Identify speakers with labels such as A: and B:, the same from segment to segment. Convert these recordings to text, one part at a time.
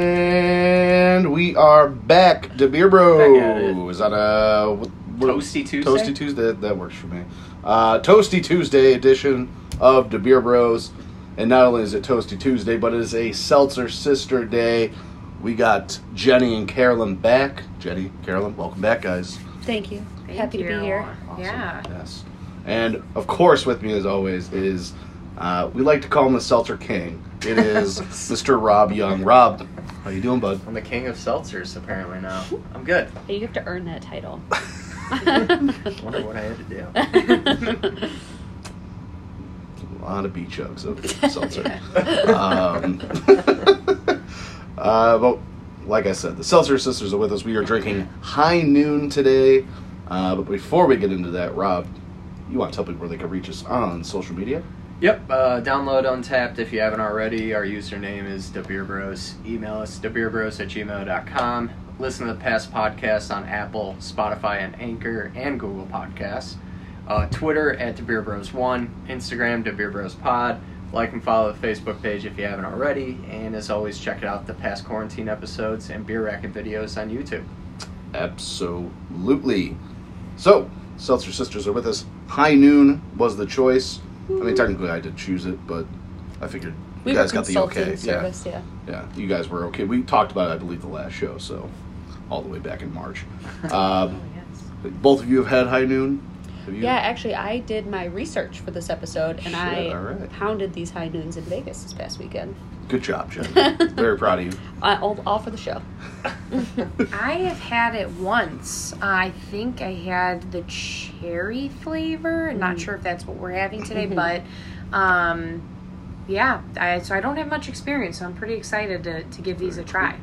A: And we are back. De Beer
B: Back at it.
A: Bro. Is that a what, what-
B: Toasty Tuesday?
A: Toasty Tuesday. That, that works for me. Uh, Toasty Tuesday edition of De Beer Bros. And not only is it Toasty Tuesday, but it is a Seltzer Sister Day. We got Jenny and Carolyn back. Jenny, Carolyn, welcome back, guys.
C: Thank you.
D: Thank
C: Happy to
D: you.
C: be here.
A: Awesome.
D: Yeah.
A: Yes. And of course, with me as always is uh, we like to call him the Seltzer King. It is Mr. Rob Young. Rob, how you doing, bud?
B: I'm the king of seltzers apparently now. I'm good.
E: Hey, you have to earn that title.
B: I wonder what I had to do.
A: A lot of beat chugs of seltzer.
B: Yeah.
A: um, uh, but like I said, the Seltzer Sisters are with us. We are drinking High Noon today. Uh, but before we get into that, Rob, you want to tell people where they can reach us on social media?
B: Yep, uh, download Untapped if you haven't already. Our username is DeBeerBros. Email us DeBeerBros at gmail.com. Listen to the past podcasts on Apple, Spotify, and Anchor, and Google Podcasts. Uh, Twitter at DeBeerBros1, Instagram DeBeerBrosPod. Like and follow the Facebook page if you haven't already. And as always, check out the past quarantine episodes and beer racket videos on YouTube.
A: Absolutely. So, Seltzer Sisters are with us. High Noon was the choice. I mean, technically, I did choose it, but I figured
C: Mm-hmm. We
A: you
C: were
A: guys got the
C: consulting
A: okay. Yeah,
C: service, yeah.
A: yeah, you guys were okay. We talked about it, I believe, the last show, so all the way back in March. Um, both of you have had High Noon. Have you?
C: Yeah, actually, I did my research for this episode, and
A: Shit,
C: I
A: alright.
C: pounded these high noons in Vegas this past weekend,
A: Good job, Jen. Very proud of you.
C: uh, all, all for the show.
D: I have had it once. I think I had the cherry flavor. I'm Not sure if that's what we're having today, but um, yeah. I, so I don't have much experience, so I'm pretty excited to, to give these a try.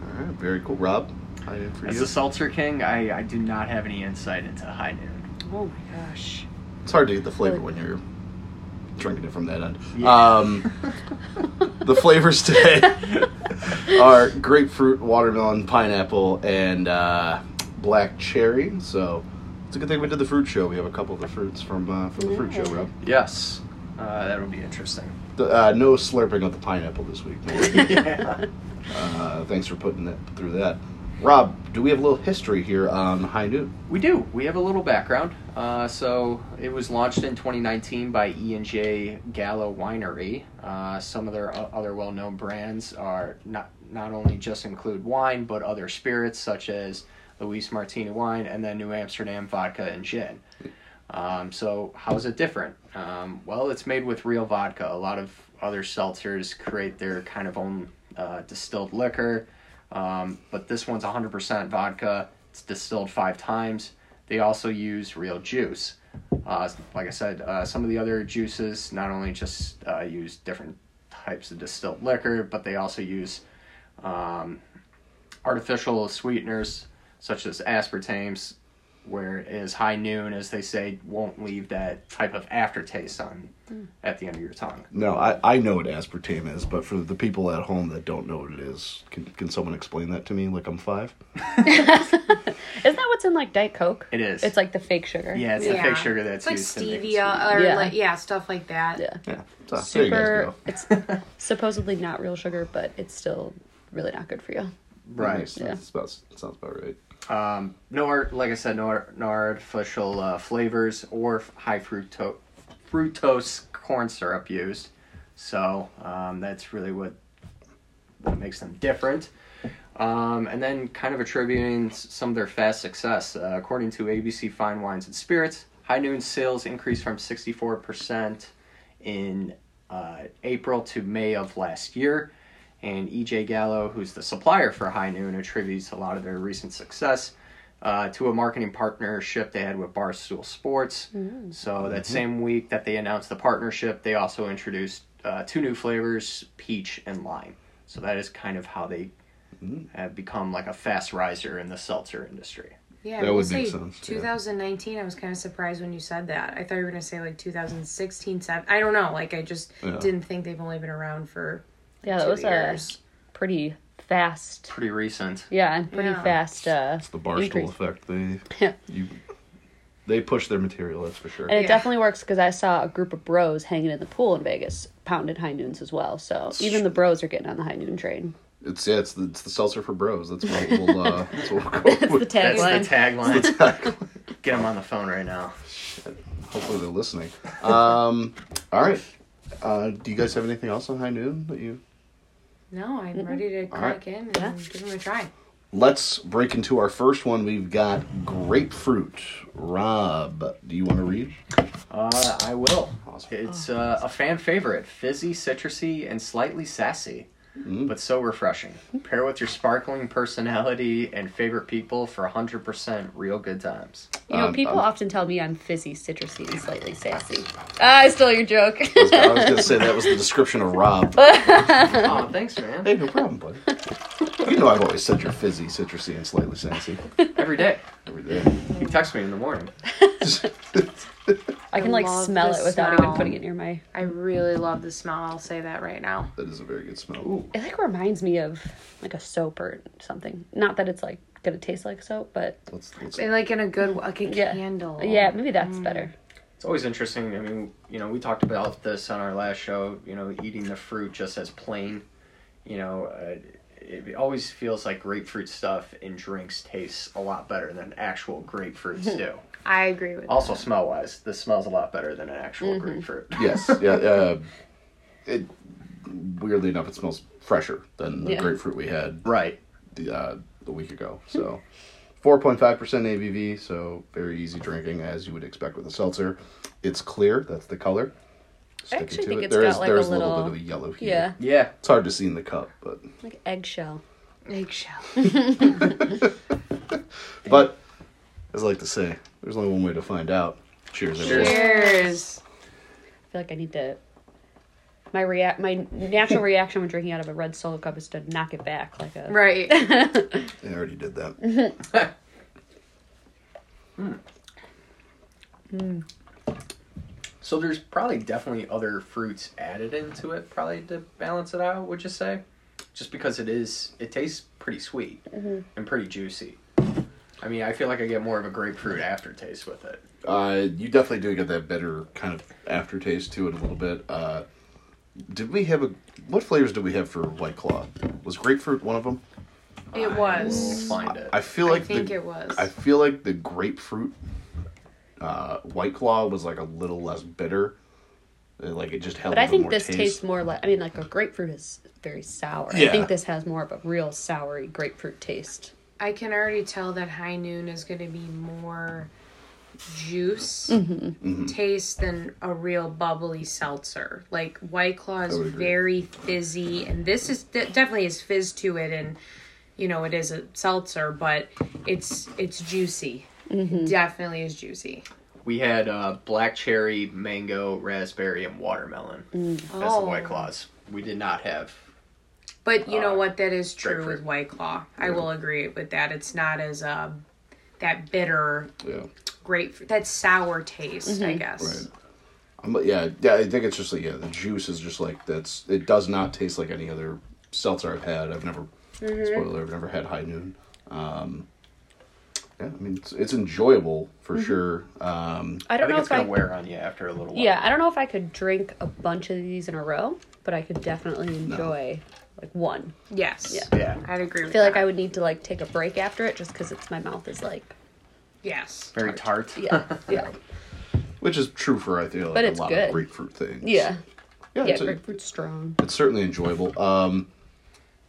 A: All right, very cool, Rob. High Noon for
B: As
A: you.
B: a Seltzer King, I, I do not have any insight into High Noon.
D: Oh my gosh.
A: It's hard to get the flavor when you're drinking it from that end.
B: Yeah.
A: Um, the flavors today are grapefruit, watermelon, pineapple, and uh, black cherry. So it's a good thing we did the fruit show. We have a couple of the fruits from uh, from the fruit show, Rob.
B: Yes, uh, that'll be interesting.
A: The, uh, no slurping of the pineapple this week.
B: yeah.
A: uh, thanks for putting that through that. Rob, do we have a little history here on High Noon?
B: We do. We have a little background. Uh, so it was launched in 2019 by E and J Gallo Winery. Uh, some of their o- other well-known brands are not not only just include wine, but other spirits such as Luis Martini wine and then New Amsterdam vodka and gin. Um, so how's it different? Um, well, it's made with real vodka. A lot of other seltzers create their kind of own uh, distilled liquor, um, but this one's 100% vodka. It's distilled five times. They also use real juice. Uh, like I said, uh, some of the other juices not only just uh, use different types of distilled liquor, but they also use um, artificial sweeteners such as aspartames, whereas high noon, as they say, won't leave that type of aftertaste on
E: Hmm.
B: at the end of your tongue.
A: No, I, I know what aspartame is, but for the people at home that don't know what it is, can, can someone explain that to me like I'm five?
E: Isn't that what's in like Diet Coke?
B: It is.
E: It's like the fake sugar.
B: yeah, it's the fake sugar that's
D: it's like
B: used to make it
D: stevia uh, or
E: Yeah.
D: like yeah stuff like that.
E: Yeah.
A: Yeah. So, there you guys
E: Super.
A: go.
E: It's supposedly not real sugar, but it's still really not good for you.
B: sweet.
A: That
B: right.
A: makes sense. That's about- sounds about right.
B: Um, no art, like I said, no, ar- no artificial uh, flavors or f- high fructo- fructose corn syrup used. So um, that's really what what makes them different. Um, and then kind of attributing s- some of their fast success. Uh, according to ABC Fine Wines and Spirits, High Noon sales increased from 64% in uh, April to May of last year. And EJ Gallo, who's the supplier for High Noon, attributes a lot of their recent success uh, to a marketing partnership they had with Barstool Sports. So that same week that they announced the partnership, they also introduced uh, two new flavors, peach and lime. So that is kind of how they have become like a fast riser in the seltzer industry.
D: Yeah,
A: That
D: I will
A: would make
D: say
A: sense, yeah.
D: 2019. I was kind of surprised when you said that. I thought you were gonna say like 2016, 7. I don't know. Like I just
A: Yeah.
D: didn't think they've only been around for
E: Yeah, that
D: two
E: was
D: years.
E: a pretty fast.
B: Pretty recent.
E: Yeah, and pretty
D: Yeah.
E: fast. Uh,
A: It's the barstool
E: increase.
A: effect. They
E: Yeah.
A: you They push their material, that's for sure.
E: And it
D: Yeah.
E: definitely works because I saw a group of bros hanging in the pool in Vegas, pounded high noons as well. So even the bros are getting on the high noon train.
A: It's yeah, it's the, it's the seltzer for bros. That's what we'll uh, that's what we'll go
E: That's the
A: with.
B: That's
E: tagline.
B: the tagline.
A: Hopefully
B: Get him on the phone right now.
A: they're listening. Um, all right. Uh, do you guys have anything else on high noon that you?
D: No, I'm ready to crack
A: right.
D: in and give him a try.
A: Let's break into our first one. We've got grapefruit. Rob, do you want to read?
B: Uh, I will.
A: Awesome.
B: It's uh, a fan favorite, fizzy, citrusy, and slightly sassy, but so refreshing. Pair with your sparkling personality and favorite people for 100% real good times.
E: You know,
A: Um,
E: people
A: um,
E: often tell me I'm fizzy, citrusy, and slightly sassy. Ah, I stole your joke.
A: I was, I was going to say that was the description of Rob.
B: oh, thanks, man.
A: Hey, no problem, buddy. You know I've always said you're fizzy, citrusy, and slightly sassy
B: Every day.
A: every day.
B: You text me in the morning.
E: I can
D: I
E: like
D: love
E: smell
D: the
E: it without even
D: smell.
E: putting it near my.
D: I really love the smell. I'll say that right now.
A: That is a very good smell.
E: It like reminds me of like a soap or something. Not that it's like gonna taste like soap, but
A: Let's, let's,
D: And like in a good, like a
E: yeah,
D: candle.
E: yeah, maybe that's better.
B: It's always interesting. I mean, you know, we talked about this on our last show, you know, eating the fruit just as plain. You know, uh, it always feels like grapefruit stuff in drinks tastes a lot better than actual grapefruits do.
D: I agree with.
B: Also, smell wise, this smells a lot better than an actual grapefruit.
A: yes, yeah. Uh, it weirdly enough, it smells fresher than the
E: Yeah.
A: grapefruit we had
B: Right.
A: the, uh, a week ago. So, four point five percent ABV. So very easy drinking, as you would expect with a seltzer. It's clear. That's the color. Sticking
E: actually think
A: it.
E: it's
A: There
E: got,
A: is-
E: like,
A: there
E: a
A: is a little,
E: little-
A: bit of a yellow here.
E: Yeah,
B: Yeah.
A: It's hard to see in the cup, but
E: like eggshell.
D: that. Eggshell.
A: but as I like to say, there's only one way to find out. Cheers. everyone.
D: Cheers.
E: I feel like I need to. My react, my natural reaction when drinking out of a red solo cup is to knock it back like a.
D: Right.
A: I already did that.
B: So there's probably definitely other fruits added into it, probably to balance it out. Would you say? Just because it is, it tastes pretty sweet and pretty juicy. I mean, I feel like I get more of a grapefruit aftertaste with it.
A: Uh, you definitely do get that bitter kind of aftertaste to it a little bit. Uh, did we have a what flavors did we have for White Claw? Was grapefruit one of them?
D: It was.
B: We'll find it.
A: I feel
D: I
A: like
D: think
A: the,
D: it was.
A: I feel like the grapefruit uh, White Claw was like a little less bitter. Uh, Like it just held.
E: But
A: a
E: I
A: little
E: think
A: more
E: this
A: taste.
E: tastes more like I mean, like a grapefruit is very sour.
A: Yeah.
E: I think this has more of a real soury grapefruit taste.
D: I can already tell that High Noon is going to be more juice
A: Mm-hmm.
D: taste than a real bubbly seltzer. Like White Claw is
A: would agree.
D: very fizzy, and this is de- definitely is fizz to it, and you know it is a seltzer, but it's it's juicy.
A: Mm-hmm.
D: It definitely is juicy.
B: We had uh, black cherry, mango, raspberry, and watermelon as the
E: Oh.
B: white claws. We did not have.
D: But you know
A: Uh,
D: what? That is true
B: grapefruit.
D: with White Claw. I will agree with that. It's not as um that bitter
A: Yeah.
D: grapefruit, that sour taste, I
A: Mm-hmm.
D: guess.
A: Right. I'm, yeah, yeah. I think it's just like yeah, the juice is just like that's. It does not taste like any other seltzer I've had. I've never
E: Mm-hmm.
A: spoiler. I've never had High Noon. Um, yeah, I mean it's, it's enjoyable for
E: Mm-hmm.
A: sure. Um,
E: I
B: I,
E: don't
B: think
E: know
B: it's
E: if I.
B: gonna wear on you after a little while.
E: yeah, I don't know if I could drink a bunch of these in a row, but I could definitely enjoy like one.
D: Yes.
B: Yeah.
D: I'd agree with
E: I feel like
D: that.
E: I would need to like take a break after it just because it's my mouth is like
D: Yes.
B: Very tart.
E: yeah yeah
A: which is true for I feel like
E: But
A: a
E: it's
A: lot of
E: good.
A: grapefruit things.
E: yeah
A: yeah.
E: yeah
A: it's, a-
E: grapefruit's strong.
A: it's certainly enjoyable. Um,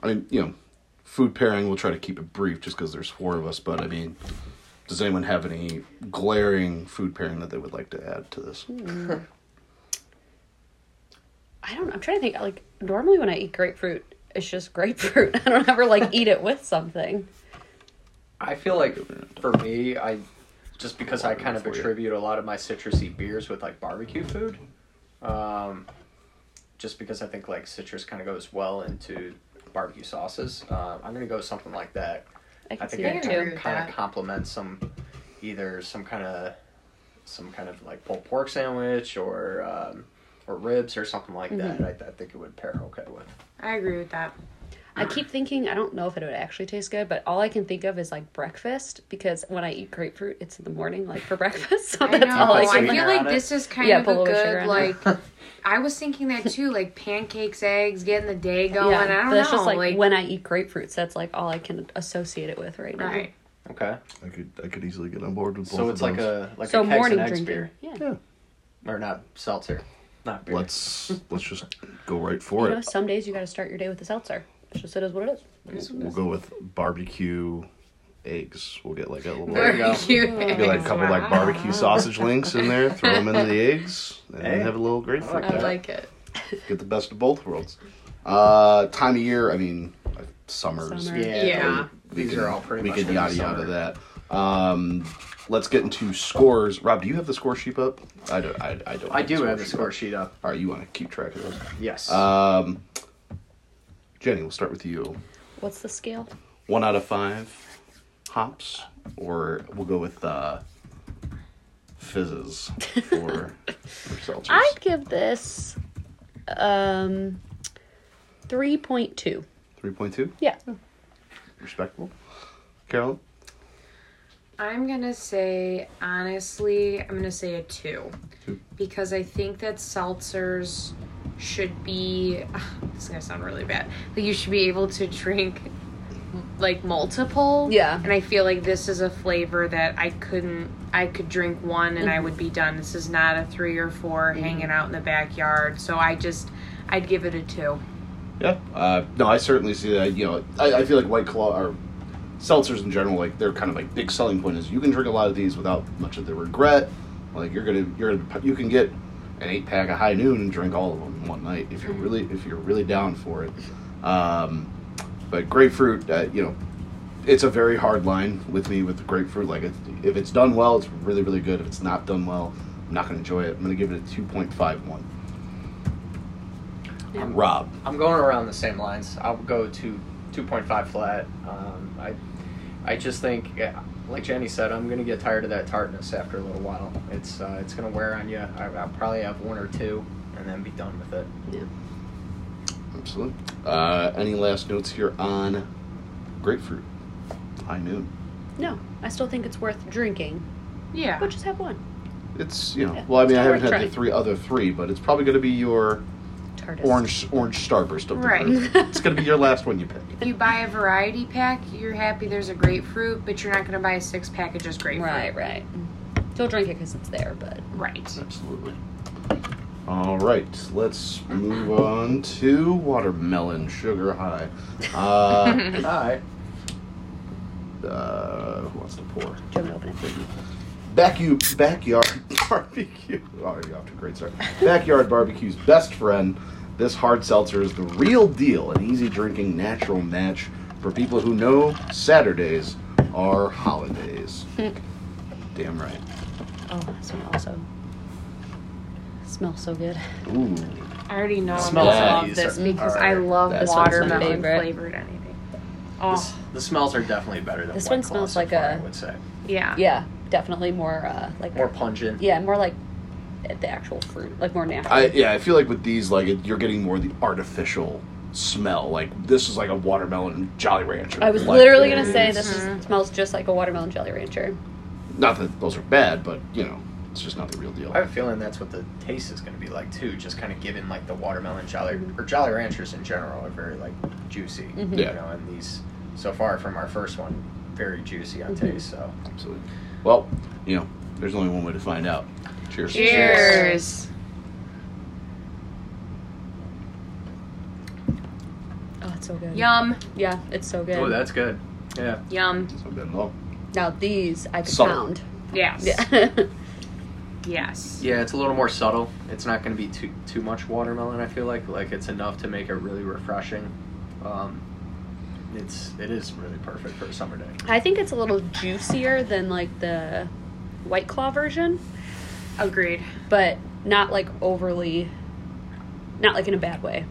A: I mean, you know, food pairing. We'll try to keep it brief, just because there's four of us. But I mean, does anyone have any glaring food pairing that they would like to add to this?
E: I don't. I'm trying to think. Like normally when I eat grapefruit, it's just grapefruit. I don't ever like eat it with something.
B: I feel like for me, I just because I kind of
A: For you.
B: attribute a lot of my citrusy beers with like barbecue food. Um, just because I think like citrus kind of goes well into barbecue sauces. Uh, I'm gonna go something like that.
E: I can
B: I
E: see
B: think it
E: that
D: I agree
E: too.
D: with
B: kind
D: that.
B: of complements some either some kind of some kind of like pulled pork sandwich or
E: Mm-hmm.
B: um, or ribs or something like that. I, I think it would pair okay with.
D: I agree with that.
E: I keep thinking I don't know if it would actually taste good, but all I can think of is like breakfast because when I eat grapefruit, it's in the morning, like for breakfast. So
D: I
E: Oh, that's all I
D: know. I
E: can.
B: sugar
D: feel
B: on
D: like
B: it.
D: this is kind
E: Yeah,
D: of
E: put a
D: a
E: little sugar
D: good
E: on
D: like.
E: it.
D: I was thinking that too, like pancakes, eggs, getting the day going.
E: yeah,
D: I don't
E: that's
D: know,
E: just like, when I eat grapefruits. That's like all I can associate it with right now.
D: right.
B: Okay.
A: I could I could easily get on board with both
B: So it's
A: of
B: like
A: those.
B: a like
E: so
B: a kegs
E: morning
B: and eggs
E: drinking.
B: beer,
E: Yeah.
A: yeah.
B: or not seltzer, not beer.
A: Let's let's just go right
E: You
A: for
E: know,
A: it.
E: some days you got to start your day with a seltzer. It's just it is what it is.
A: We'll go with barbecue eggs. We'll get like a little
B: There you go.
D: Barbecue
A: Be like a
D: eggs.
A: couple like
D: Wow.
A: barbecue sausage links in there, throw them into the eggs, and
B: Hey.
A: have a little grapefruit.
B: I
D: I
B: Yeah.
D: like it.
A: Get the best of both worlds. Uh, time of year, I mean, like summers.
E: Summer.
B: Yeah.
D: Yeah.
A: We
B: These
A: can-
B: are all pretty
A: We
B: much
A: could
B: in the
A: yada yada
B: summer.
A: that. Um, let's get into scores. Rob, do you have the score sheet up? I don't. I, I don't.
B: I do have the
A: sheet
B: score
A: up.
B: sheet up.
A: All right, you want to keep track of those?
B: Yes.
A: Um, Jenny, we'll start with you.
E: What's the scale?
A: One out of five hops, or we'll go with uh, fizzes for, for seltzers.
E: I'd give this um 3.2.
A: 3.2,
E: Yeah.
A: respectable. Carolyn?
D: I'm gonna say honestly, I'm gonna say a two,
A: Two.
D: because I think that seltzers should be. This is gonna sound really bad. Like you should be able to drink like multiple.
E: Yeah.
D: And I feel like this is a flavor that I couldn't. I could drink one
E: Mm-hmm.
D: and I would be done. This is not a three or 4 hanging out in the backyard. So I just, I'd give it a two.
A: Yeah. Uh, no, I certainly see that. You know, I, I feel like White Claw or seltzers in general, like they're kind of like big selling point is you can drink a lot of these without much of the regret. Like you're gonna, you're gonna, you can get an eight pack of High Noon and drink all of them in one night if you're really, if you're really down for it. Um, but grapefruit, uh, you know, it's a very hard line with me with the grapefruit. Like it, if it's done well, it's really, really good. If it's not done well, I'm not gonna enjoy it. I'm gonna give it a two point five one.
B: I'm-
A: Rob.
B: I'm going around the same lines. I'll go to 2.5 flat. Um, I, I just think, yeah, like Jenny said, I'm gonna get tired of that tartness after a little while. It's uh, it's gonna wear on you. I, I'll probably have one or two, and then be done with it.
A: Absolutely. Uh, any last notes here on grapefruit? High noon.
E: No, I still think it's worth drinking.
D: Yeah.
E: But just have one.
A: It's you know.
E: Yeah,
A: well, I mean, I
E: it's
A: haven't
E: worth
A: had the
E: trying.
A: three other three, but it's probably going to be your
E: Tardis.
A: orange orange starburst. Of the
D: Right.
A: group. it's going to be your last one you pick.
D: You buy a variety pack, you're happy there's a grapefruit, but you're not going to buy a six pack of just grapefruit.
E: Right, right. Still drink it because it's there, but
D: Right.
A: Absolutely. All right, let's move on to watermelon sugar high. Uh,
B: All right.
A: uh, who wants to pour?
E: do you want me to open it?
A: Back you, backyard barbecue. Already Oh, off to a great start. Backyard barbecue's best friend. This hard seltzer is the real deal, an easy drinking, natural match for people who know Saturdays are holidays. Damn right.
E: Oh, this one also smells so good.
A: Ooh,
D: I already know I'm
B: Smells
D: going to love
B: nice.
D: this because
B: Alright.
D: I love
A: This
E: one's my
D: watermelon
E: favorite.
D: flavored anything.
B: This,
D: Oh,
B: the smells are definitely better than
E: This
B: White
E: one
B: Claw
E: smells
B: so
E: like
B: far,
E: a-
B: I would say
D: yeah.
E: Yeah, definitely more uh like
B: more pungent.
E: yeah, more like the actual fruit, like more natural.
A: I yeah, I feel like with these, like it- you're getting more of the artificial smell. Like this is like a watermelon Jolly Rancher.
E: I was
A: Like, uh,
E: literally gonna
A: it
E: say
A: is-
E: this is, smells just like a watermelon Jelly Rancher.
A: Not that those are bad, but you know, it's just not the real deal.
B: I have a feeling that's what the taste is gonna be like too. Just kind of given like the watermelon Jolly or Jolly Ranchers in general are very like juicy. You
A: Yeah.
B: know, and these so far from our first one, very juicy on taste. So.
A: Absolutely. Well, you know, there's only one way to find out. Cheers.
D: Cheers.
E: Oh, it's so good.
D: Yum.
E: Yeah, it's so good.
B: Oh, that's good. Yeah.
D: Yum.
A: It's not bad at all.
E: now these I could
A: Subtle.
E: pound.
D: Yes.
E: Yeah.
D: Yes.
B: Yeah, it's a little more subtle. It's not going to be too too much watermelon. I feel like like it's enough to make it really refreshing. Um, it's it is really perfect for a summer day.
E: I think it's a little juicier than like the White Claw version,
D: Agreed.
E: but not like overly, not like in a bad way.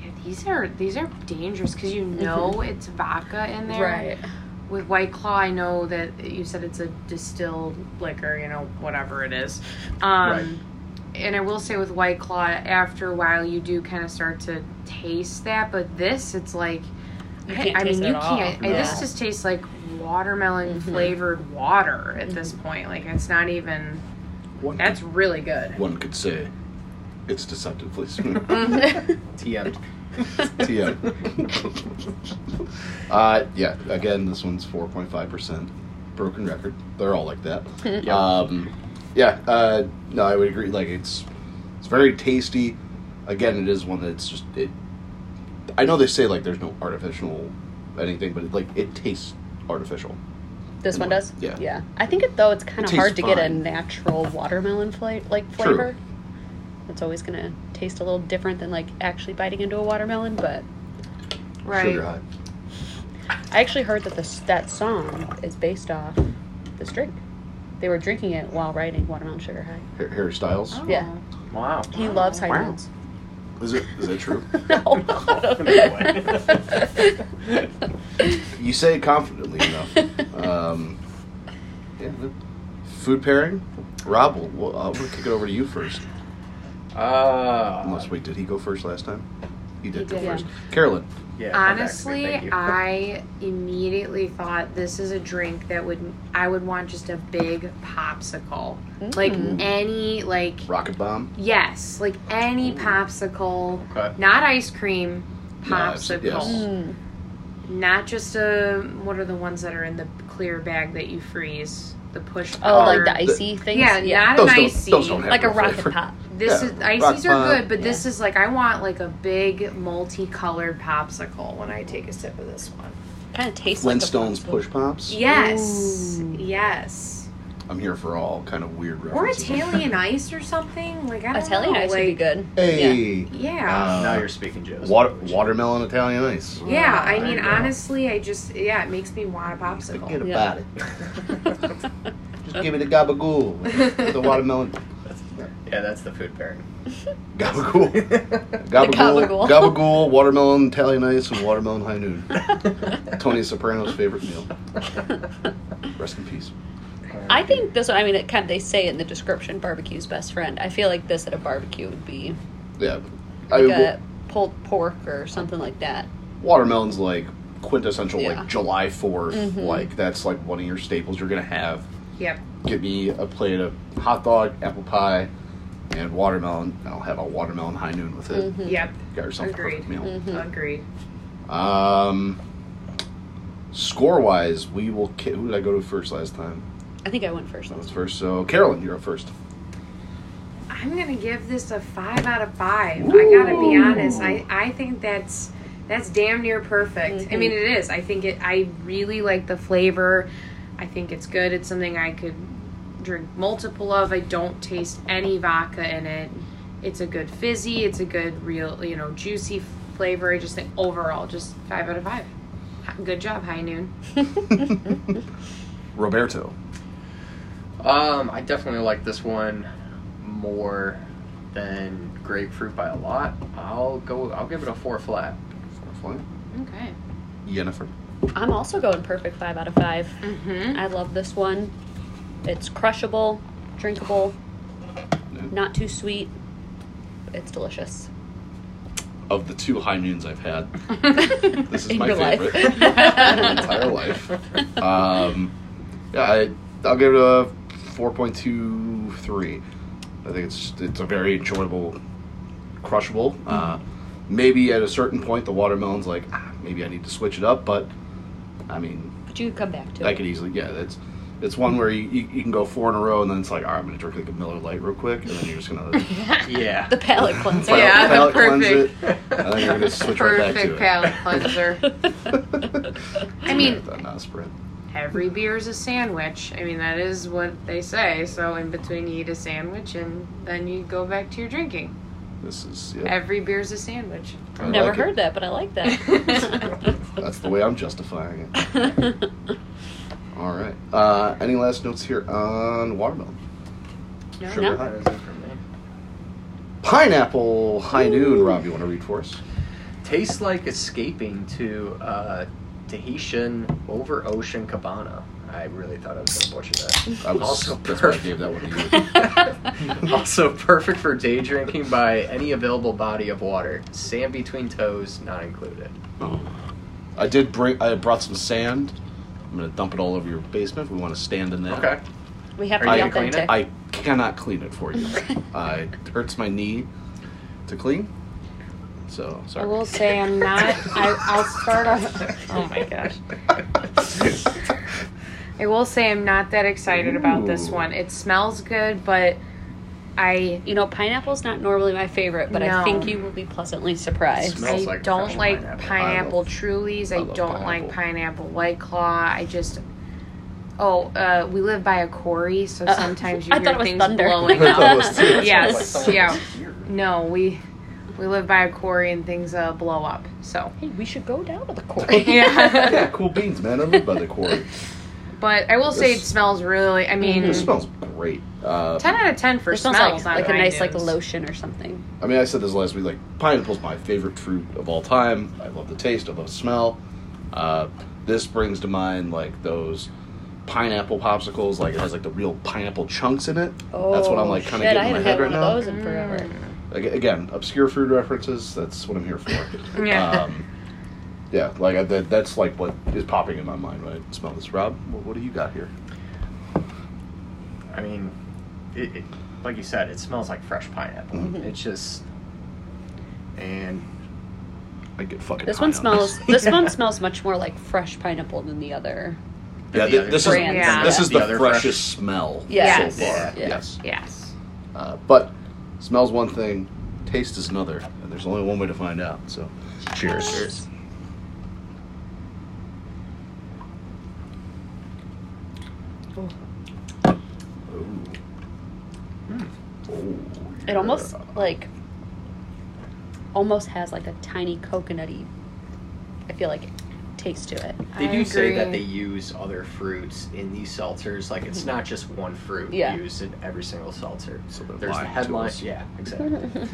D: Yeah, these are these are dangerous because you know it's vodka in there. With White Claw, I know that you said it's a distilled liquor, you know, whatever it is. Um,
B: Right.
D: And I will say with White Claw, after a while, you do kind of start to taste that, but this, it's like
E: You
D: I-
E: can't
D: I
E: taste
D: mean,
E: it
D: you
E: at all. Mm-hmm.
D: can't. I- This just tastes like watermelon flavored water at this point. Like it's not even.
A: One,
D: That's really good.
A: one could say it's deceptively smooth.
E: Mm-hmm.
B: TM.
A: TM. uh, yeah, again, this one's 4.5%. Broken record. They're all like that. Um, yeah, uh, no, I would agree. Like, it's it's very tasty. Again, it is one that's just, it. I know they say, like, there's no artificial anything, but, it, like, it tastes artificial.
E: This one does.
A: Yeah.
E: Yeah. I think it, though it's kind
A: It
E: of
A: tastes
E: hard to get a
A: fine.
E: natural watermelon fla- like
A: True.
E: flavor. It's always gonna taste a little different than like actually biting into a watermelon. But
D: Right.
A: Sugar high.
E: I actually heard that this that song is based off this drink. They were drinking it while writing Watermelon Sugar High.
A: Har- Harry Styles.
D: Oh.
E: Yeah.
B: Wow.
E: He loves high notes.
A: Is, it, is that true? you say it confidently enough. Um, yeah, the- food pairing? Rob, we'll, we'll, uh, we'll kick it over to you first.
B: Uh,
A: Unless, wait, did he go first last time? He did
D: He
A: go
D: did.
A: first. Carolyn.
B: yeah, come back to me,
D: Honestly,
B: thank you.
D: I immediately thought this is a drink that would I would want just a big popsicle, like
A: mm.
E: Hmm.
D: any like
A: Rocket Bomb.
D: yes, like any popsicle,
B: Okay.
D: not ice cream,
A: No, it's-
D: popsicle, Hmm.
A: yes.
E: mm.
D: not just a what are the ones that are in the clear bag that you freeze, the push.
E: oh,
D: powder.
E: like the icy things.
D: yeah, not
A: Those
D: an
A: don't,
D: icy.
A: those don't have
E: like a
A: no
E: rocket
A: flavor.
E: pop.
D: This
A: Yeah,
D: is
A: rock
D: ices
A: pop.
D: are good, but this is like I want like a big multicolored popsicle when I take a sip of this one.
E: Kind of tastes
A: Flintstones
E: like a
A: push pops.
D: Yes,
E: Ooh.
D: yes,
A: I'm here for all kind of weird
D: or
A: references.
D: Italian ice or something like I don't
E: Italian
D: know,
E: ice
D: like,
E: would be good.
A: Hey.
D: Yeah,
A: Uh,
B: now you're speaking, Joe's.
A: Water, watermelon Italian ice.
D: yeah. I
B: there
D: mean,
B: you go.
D: honestly, I just yeah, it makes me want a
A: Forget
D: popsicle.
E: Yeah.
A: about it. Just give me the gabagool. with the watermelon.
B: Yeah, that's the food pairing.
A: Gabagool.
E: gabagool.
A: Gabagool. Gabagool, watermelon Italian ice, and watermelon high noon. Tony Soprano's favorite meal. Rest in peace.
E: I think this one. I mean, it kind of they say in the description, barbecue's best friend. I feel like this at a barbecue would be
A: Yeah. I
E: like
A: mean,
E: a pulled pork or something like that.
A: watermelon's like quintessential,
E: Yeah.
A: like July 4th.
E: Mhm.
A: Like, that's like one of your staples you're going to have.
D: Yep.
A: Get me a plate of hot dog, apple pie, and watermelon. and I'll have a watermelon high noon with it.
E: Mhm.
D: Yep.
A: Got yourself a perfect
D: Agreed.
A: meal.
D: Agreed.
E: Mm.
A: Um, score wise, we will. Ki- who did I go to first last time?
E: I think I went first.
A: That was first. So Carolyn, you're up first.
D: I'm gonna give this a five out of five. I gotta be
A: Ooh.
D: honest. I, I think that's that's damn near perfect. I mean, it is. I think it. I really like the flavor. I think it's good. It's something I could drink multiple of. I don't taste any vodka in it. It's a good fizzy. It's a good real you know juicy flavor. I just think overall just five out of five. H- Good job, High Noon.
A: Roberto.
B: Um, I definitely like this one more than grapefruit by a lot. I'll go. I'll give it a four flat.
D: Okay.
A: Jennifer.
E: I'm also going perfect five out of five.
D: Mm-hmm.
E: I love this one. It's crushable, drinkable, not too sweet. It's delicious.
A: Of the two high noons I've had, this is
E: In
A: my
E: your life.
A: favorite in my entire life. Um, yeah, I, I'll give it a four point two three. I think it's it's a very enjoyable, crushable. Uh,
E: Mm-hmm.
A: maybe at a certain point, the watermelon's like ah, maybe I need to switch it up, but I mean,
E: But you could come back to
A: I
E: it.
A: could easily, yeah, that's it's one where you, you, you can go four in a row and then it's like, all right, I'm gonna drink like a Miller Light real quick, and then you're just gonna
B: Yeah.
E: The palate cleanser.
A: palate-
D: Yeah,
A: palate
D: perfect.
A: cleanse it, and then you're gonna switch right back to
D: Perfect
A: it.
D: palate cleanser. I mean,
A: Yeah, not spread.
D: every beer is a sandwich. I mean, that is what they say. So in between, you eat a sandwich, and then you go back to your drinking.
A: This is yeah,
D: Every beer is a sandwich.
A: I
E: Never
A: like it.
E: heard that, but I like
A: That's the way I'm justifying it.
E: that.
A: All right. Uh, any last notes here on watermelon?
D: No.
A: Sugar
E: No.
A: high.
B: That is it for me.
A: Pineapple high noon. Rob, you want to read for us?
B: Tastes like escaping to uh, Tahitian over ocean cabana. I really thought I was gonna butcher that.
A: I was,
B: Also
A: that's why I
B: perfect.
A: gave that one to you.
B: also perfect for day drinking by any available body of water. Sand between toes not included.
A: Oh. I did bring. I brought some sand. I'm gonna dump it all over your basement. We want to stand in that.
B: Okay.
E: We have
B: Are
E: to
B: you
E: be
B: gonna clean it?
E: authentic.
A: I cannot clean it for you. uh, it hurts my knee to clean. So
F: I
A: sorry.
F: will say I'm not. I, I'll start off. Oh my gosh.
D: I will say I'm not that excited about this
A: Ooh.
D: one. It smells good, but I
E: you know, pineapple's not normally my favorite, but
D: No.
E: I think you will be pleasantly surprised.
B: Smells
D: I
B: like
D: don't
B: fresh
D: like
B: pineapple.
D: pineapple,
A: I love-
D: Trulies.
A: I
D: I,
A: love
D: don't
A: pineapple.
D: like pineapple White Claw. I just oh, uh, we live by a quarry, so sometimes you
E: Uh, I
D: hear
E: thought it was
D: things
E: thunder.
D: blowing
A: I thought it
D: up.
A: was too.
D: Yes,
B: Like someone
D: yeah.
B: else's ear.
D: No, we we live by a quarry and things uh, blow up. So
E: Hey, we should go down to the quarry.
D: yeah,
A: yeah, cool beans, man. I live by the quarry.
D: but I will say it
A: This- Mm-hmm.
D: smells really. I mean,
A: This smells great. Uh,
D: ten out of ten for
E: It smells
D: smells.
E: like, like
D: on
E: a nice like
D: items.
E: lotion or something.
A: I mean, I said this last week. Like, pineapple's my favorite fruit of all time. I love the taste. I love the smell. Uh, this brings to mind like those pineapple popsicles. Like, it has like the real pineapple chunks in it. That's what I'm like kind of
E: Oh, shit,
A: getting in my head right
E: I haven't had one
A: now. Mm.
E: of those in forever.
A: Ag- Again, obscure food references. That's what I'm here for.
D: Yeah.
A: Um, yeah, like I, that, that's like what is popping in my mind when I smell this. Rob, what, what do you got here?
B: I mean, it, it, like you said, it smells like fresh pineapple.
A: Mhm.
B: It's just, and
A: I get fucking.
E: This
A: high
E: one
A: on
E: smells. This one smells much more like fresh pineapple than the other.
A: Yeah,
B: The
A: thi-
B: other
A: this is
E: brands.
D: Yeah.
A: this is
B: The
A: the,
B: other fresh-
A: freshest smell
E: Yes.
A: so far.
B: Yeah.
A: Yes.
D: Yes.
A: Uh, but smells one thing, taste is another, and there's only one way to find out. So, cheers.
B: Cheers.
A: Ooh.
B: hmm.
A: Ooh,
E: It almost
A: yeah.
E: like almost has like a tiny coconutty. I feel like taste to it.
B: they
D: I
B: do say that they
D: agree.
B: use other fruits in these seltzers. Like
F: Mm-hmm.
B: it's not just one fruit
E: Yeah.
B: used in every single seltzer.
A: So they're
B: there's the
A: lying to
B: headline.
A: us.
B: Yeah, exactly.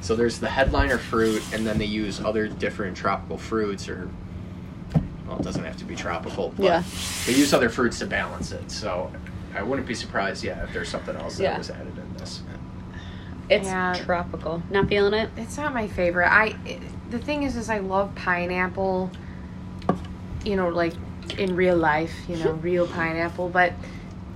B: so there's the headliner fruit, and then they use other different tropical fruits or. Well, it doesn't have to be tropical. But
E: Yeah.
B: They use other fruits to balance it, so I wouldn't be surprised. Yeah, if there's something else
E: Yeah.
B: that was added in this.
E: It's
D: Yeah.
E: tropical. Not feeling it.
D: It's not my favorite. I it, the thing is, is I love pineapple. You know, like in real life, you know, real pineapple. But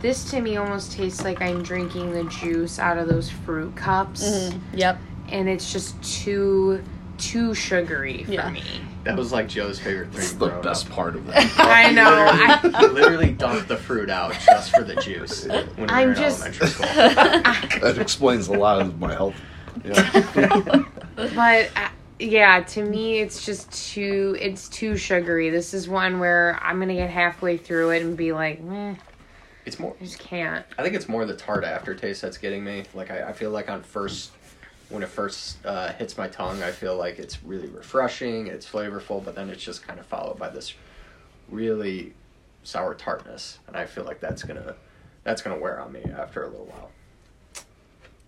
D: this to me almost tastes like I'm drinking the juice out of those fruit cups,
E: Mm-hmm. Yep.
D: and it's just too too sugary for
E: Yeah.
D: me.
B: That was like Joe's favorite thing.
A: This is the
B: growing
A: best
B: up.
A: part of that.
D: I know. I,
B: He literally dumped the fruit out just for the juice. When we were
D: I'm
B: in
D: just-
B: elementary school.
A: that explains a lot of my health. Yeah.
D: but uh, yeah, to me, it's just too it's too sugary. This is one where I'm gonna get halfway through it and be like, meh,
B: It's more.
D: I just can't.
B: I think it's more the tart aftertaste that's getting me. Like I, I feel like on first, when it first uh, hits my tongue, I feel like it's really refreshing. It's flavorful, but then it's just kind of followed by this really sour tartness, and I feel like that's gonna that's gonna wear on me after a little while.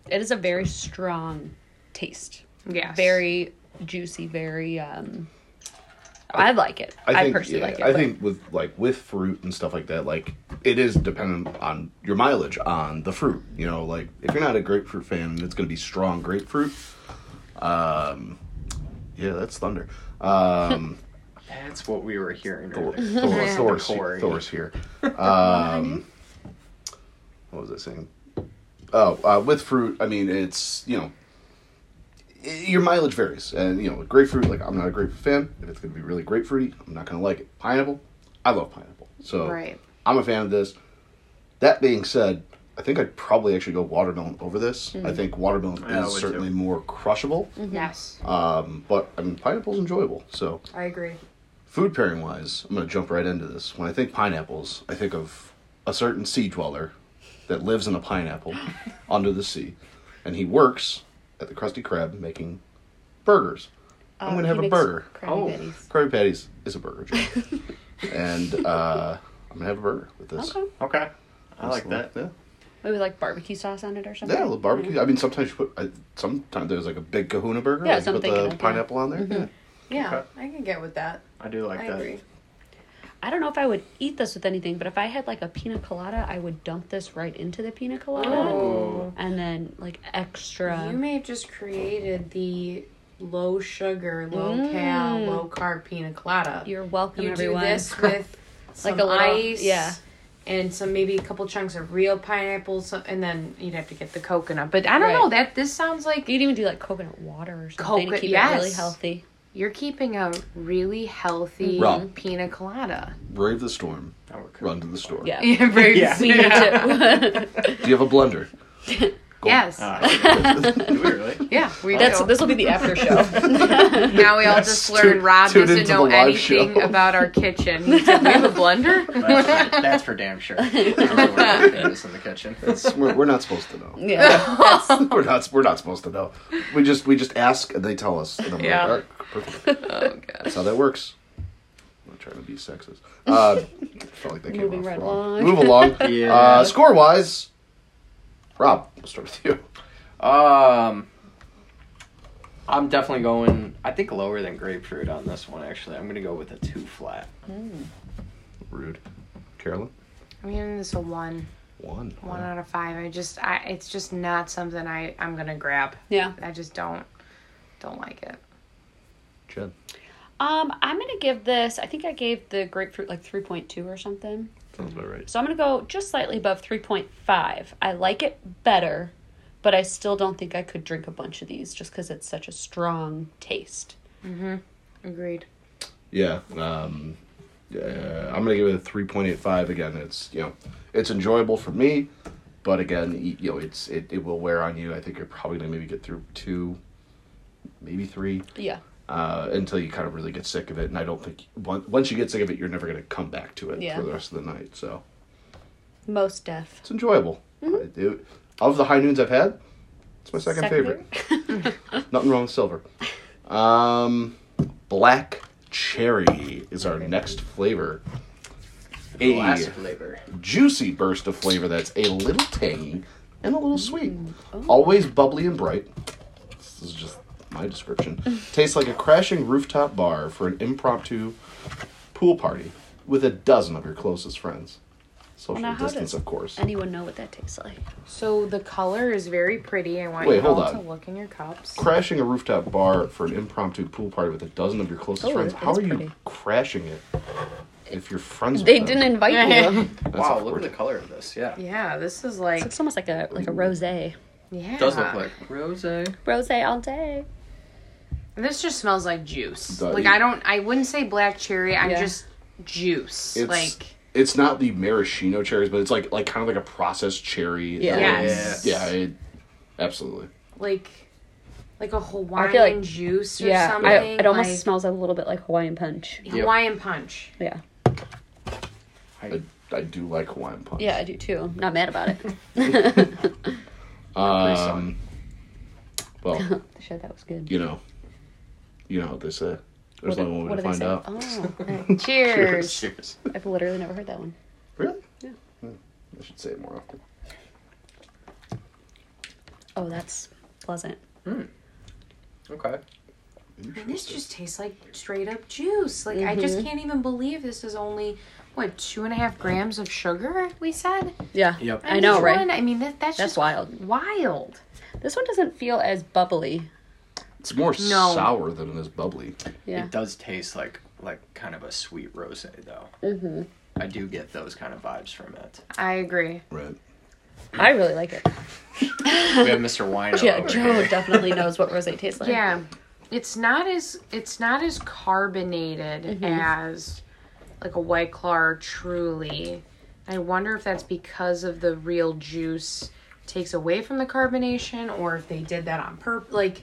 E: It is a very strong taste.
D: Yeah,
E: Very juicy. Very. um I like it. I, personally
A: yeah,
E: like it.
A: I
E: but-
A: think with like with fruit and stuff like that, like it is dependent on your mileage on the fruit. You know, like if you're not a grapefruit fan, it's going to be strong grapefruit. Um, yeah, that's thunder. Um,
B: That's what we were hearing.
A: Thor,
B: earlier.
A: Thor, Thor's,
B: Corey.
A: Thor's here. Um, what was I saying? Oh, uh, with fruit, I mean it's you know i- your mileage varies, and you know with grapefruit. Like I'm not a grapefruit fan. If it's gonna be really grapefruity, I'm not gonna like it. Pineapple, I love pineapple, so
D: Right.
A: I'm a fan of this. That being said, I think I'd probably actually go watermelon over this. I think watermelon
B: Mm. Yeah, I
A: is
B: would
A: certainly
B: too. Mm.
A: more crushable,
E: Mm-hmm.
D: Yes.
A: um, but I mean pineapple's enjoyable. So
D: I agree.
A: Food pairing wise, I'm going to jump right into this. When I think pineapples, I think of a certain sea dweller that lives in a pineapple under the sea, and he works at the Krusty Krab making burgers. I'm going to
E: Uh, he
A: have a
E: makes
A: burger.
E: Krabby
B: Oh.
E: Patties.
A: Krabby Patties is a burger, Joe. and uh, I'm going to have a burger with this.
E: Okay.
B: Okay, I like that.
A: Yeah.
E: Maybe like barbecue sauce on it or something.
A: Yeah, a little barbecue. I mean, sometimes you put, I, sometimes there's like a big kahuna burger.
E: Yeah,
A: like you
E: so I'm
A: put the
E: thinking of that. Mm-hmm.
A: pineapple on there. Yeah.
F: Yeah,
B: Okay.
F: I can get with that.
B: I do like
F: I
B: that.
F: agree.
E: I don't know if I would eat this with anything, but if I had like a pina colada, I would dump this right into the pina colada
B: Oh.
E: and then like extra.
F: You may have just created the low sugar, low cal, low carb pina colada.
E: Mm. You're welcome,
F: you do
E: everyone.
F: this with some
E: a little-
F: ice,
E: yeah.
F: and some maybe a couple chunks of real pineapple, so, and then you'd have to get the coconut. But
D: I don't
E: Right.
D: know that this sounds like
E: you can even do like coconut water or something
D: Coco-
E: to keep it really
D: yes.
E: healthy.
D: you're keeping a really healthy
A: Raw.
D: pina colada.
A: Brave the storm.
B: Now we're cooking.
A: Run to the store.
E: Yeah.
D: Yeah, very
B: Yeah.
E: We need to.
A: Do you have a blender?
D: Yes.
B: Ah, do we really?
D: yeah, we
E: That's
D: do.
E: this will be the after show.
D: now we all
A: Yes,
D: just learned
A: tune-
D: Rob
A: tune
D: doesn't
A: into
D: know
A: the live
D: anything
A: show.
D: about our kitchen. He said, we have a blender?
B: That's for, that's for damn sure. I don't know where everything is in the kitchen.
A: It's- we're, we're not supposed to know.
E: yeah.
A: We're not. We're not supposed to know. We just we just ask and they tell us. And I'm
D: Yeah.
A: Like, All right, perfect. Oh god. That's how that works. I'm not trying to be sexist. Uh, felt like that came
E: Moving
A: off
E: right
A: wrong.
E: along.
A: Move along.
B: Yeah.
A: Uh, score wise, Rob, we'll start with you.
B: Um, I'm definitely going. I think lower than grapefruit on this one. Actually, I'm gonna go with a two flat.
A: Rude. Carolyn.
D: I'm giving this a one.
A: One.
D: One out of five. I just, I, it's just not something I, I'm gonna grab.
E: Yeah.
D: I just don't, don't like it.
A: Jen.
E: Um, I'm gonna give this. I think I gave the grapefruit like 3.2 or something.
A: Sounds about right.
E: So I'm gonna go just slightly above 3.5. I like it better, but I still don't think I could drink a bunch of these just because it's such a strong taste.
D: Agreed.
A: Yeah. Um, uh, I'm gonna give it a 3.85. Again, it's you know, it's enjoyable for me, but again, y- you know, it's it, it will wear on you. I think you're probably gonna maybe get through two, maybe three,
E: Yeah.
A: uh, until you kind of really get sick of it. And I don't think on- once you get sick of it, you're never gonna come back to it
E: Yeah.
A: for the rest of the night. So
E: Most def.
A: it's enjoyable. I- it- of the high noons I've had, it's my Mm-hmm. second, favorite. Nothing wrong with silver. Um, black cherry is our next flavor. A
B: Last flavor.
A: juicy burst of flavor that's a little tangy and a little
E: Mm,
A: sweet.
E: oh.
A: Always bubbly and bright. This is just my description. Tastes like a crashing rooftop bar for an impromptu pool party with a dozen of your closest friends. Social
E: now how
A: distance,
E: does-
A: of course.
E: Anyone know what that tastes like?
D: So the color is very pretty. I want
A: Wait,
D: you
A: hold
D: all
A: on.
D: to look in your cups.
A: crashing a rooftop bar for an impromptu pool party with a dozen of your closest
E: Oh,
A: friends.
E: that
A: How
E: is
A: are you
E: pretty.
A: crashing it if you're friends
E: They
A: with
E: didn't
A: them?
E: invite you.
A: That's
B: wow, look
A: awkward.
B: at the color of this. Yeah,
D: Yeah, this is like
E: it's almost like a like a rosé.
D: yeah.
B: does look like rosé.
E: Rosé all day.
D: This just smells like juice.
A: Duh,
D: like
A: you-
D: I don't. I wouldn't say black cherry. I'm
E: Yeah.
D: just juice.
A: It's
D: like
A: it's not the maraschino cherries, but it's like like kind of like a processed cherry.
E: Yeah.
D: Yes.
A: Yeah, it, absolutely.
D: like like a Hawaiian
E: like-
D: juice or
E: Yeah.
D: something.
E: I, it almost
D: like
E: smells a little bit like Hawaiian punch.
D: Hawaiian punch.
E: Yeah.
A: I, I do like Hawaiian punch.
E: Yeah, I do too. I'm not mad about it.
A: Um, well,
E: Shit, that was good.
A: you know, you know what they say. There's
E: What
A: only one way
E: do-
A: to
E: what
A: find
E: do they say?
A: out.
E: Oh,
D: Cheers.
B: Cheers.
E: I've literally never heard that one.
A: Really? Yeah. I should say it more often.
E: Oh, that's pleasant.
B: Okay.
D: And this just tastes like straight up juice. Like I
E: Mm-hmm.
D: just can't even believe this is only what two and a half grams of sugar. We said.
E: Yeah.
B: Yep.
E: I know,
D: Each
E: right?
D: one, I mean that, that's
E: That's
D: just
E: wild.
D: wild.
E: This one doesn't feel as bubbly.
A: It's more
D: No.
A: sour than it is bubbly.
E: Yeah.
B: It does taste like like kind of a sweet rosé though.
E: Mhm.
B: I do get those kind of vibes from it.
D: I agree.
A: Right.
E: I really like it.
B: We have Mr. Wine.
E: Yeah, Joe definitely knows what rosé tastes like.
D: Yeah, it's not as it's not as carbonated as like a White Claw or Truly. I wonder if that's because of the real juice takes away from the carbonation, or if they did that on purpose. Like,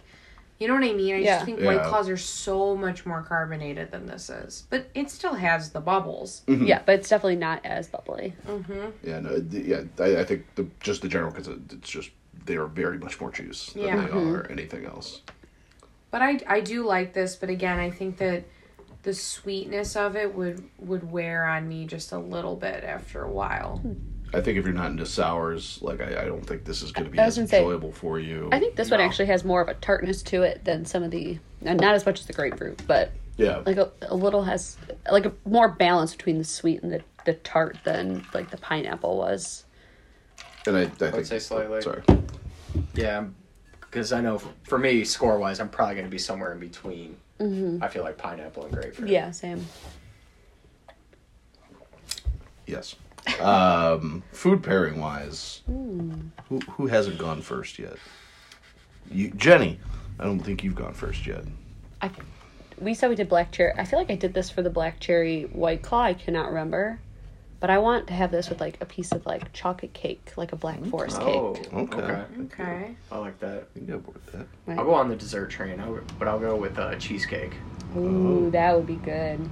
D: you know what I mean? I
E: Yeah.
D: just think
A: Yeah.
D: White Claws are so much more carbonated than this is, but it still has the bubbles.
E: Yeah, but it's definitely not as bubbly.
A: Yeah. No. th- Yeah. I, I think the just the general because it's just they are very much more juice than
D: Yeah.
A: they are anything else.
D: But I I do like this, but again, I think that the sweetness of it would would wear on me just a little bit after a while.
A: I think if you're not into sours, like I, I don't think this is going to be
E: I was
A: as
E: gonna say-
A: enjoyable for you.
E: I think this one actually has more of a tartness to it than some of the uh, not as much as the grapefruit, but
A: yeah.
E: like a, a little has like a more balance between the sweet and the, the tart than like the pineapple was.
A: and I, I think oh,
B: say slightly.
A: Sorry.
B: Yeah, I'm because I know for me, score wise, I'm probably going to be somewhere in between. I feel like pineapple and grapefruit.
E: Yeah, same.
A: Yes. Um, food pairing wise, who who hasn't gone first yet? You, Jenny. I don't think you've gone first yet.
E: I, we said we did black cherry. I feel like I did this for the black cherry white claw. I cannot remember, but I want to have this with like a piece of like chocolate cake, like a black forest
B: Oh,
E: cake.
A: Okay.
B: okay.
F: Okay.
B: I like that.
A: You can go with that.
E: Right?
B: I'll go on the dessert train, I'll, but I'll go with uh, cheesecake.
A: Oh.
E: Ooh, that would be good.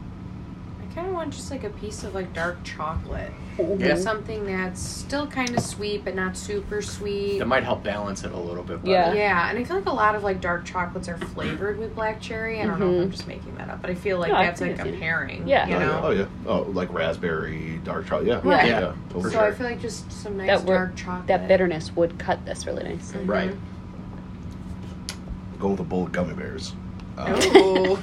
F: I kind of want just like a piece of like dark chocolate.
B: Yeah.
F: Something that's still kind of sweet, but not super sweet.
B: That might help balance it a little bit better.
E: Yeah.
F: Yeah, and I feel like a lot of like dark chocolates are flavored with black cherry. I don't know if I'm just making that up, but I feel like
E: Mm-hmm. No, I
F: that's
E: think
F: like a
E: it's-
F: pairing.
E: yeah.
F: You
A: oh,
F: know?
A: yeah. oh yeah. Oh, like raspberry, dark chocolate. Yeah.
F: Right.
A: Yeah.
F: So
A: totally.
F: I feel like just some nice
E: That wor-
F: dark chocolate.
E: That bitterness would cut this really nicely.
B: Right.
A: Go with a bowl of gummy bears. Uh,
F: Ooh.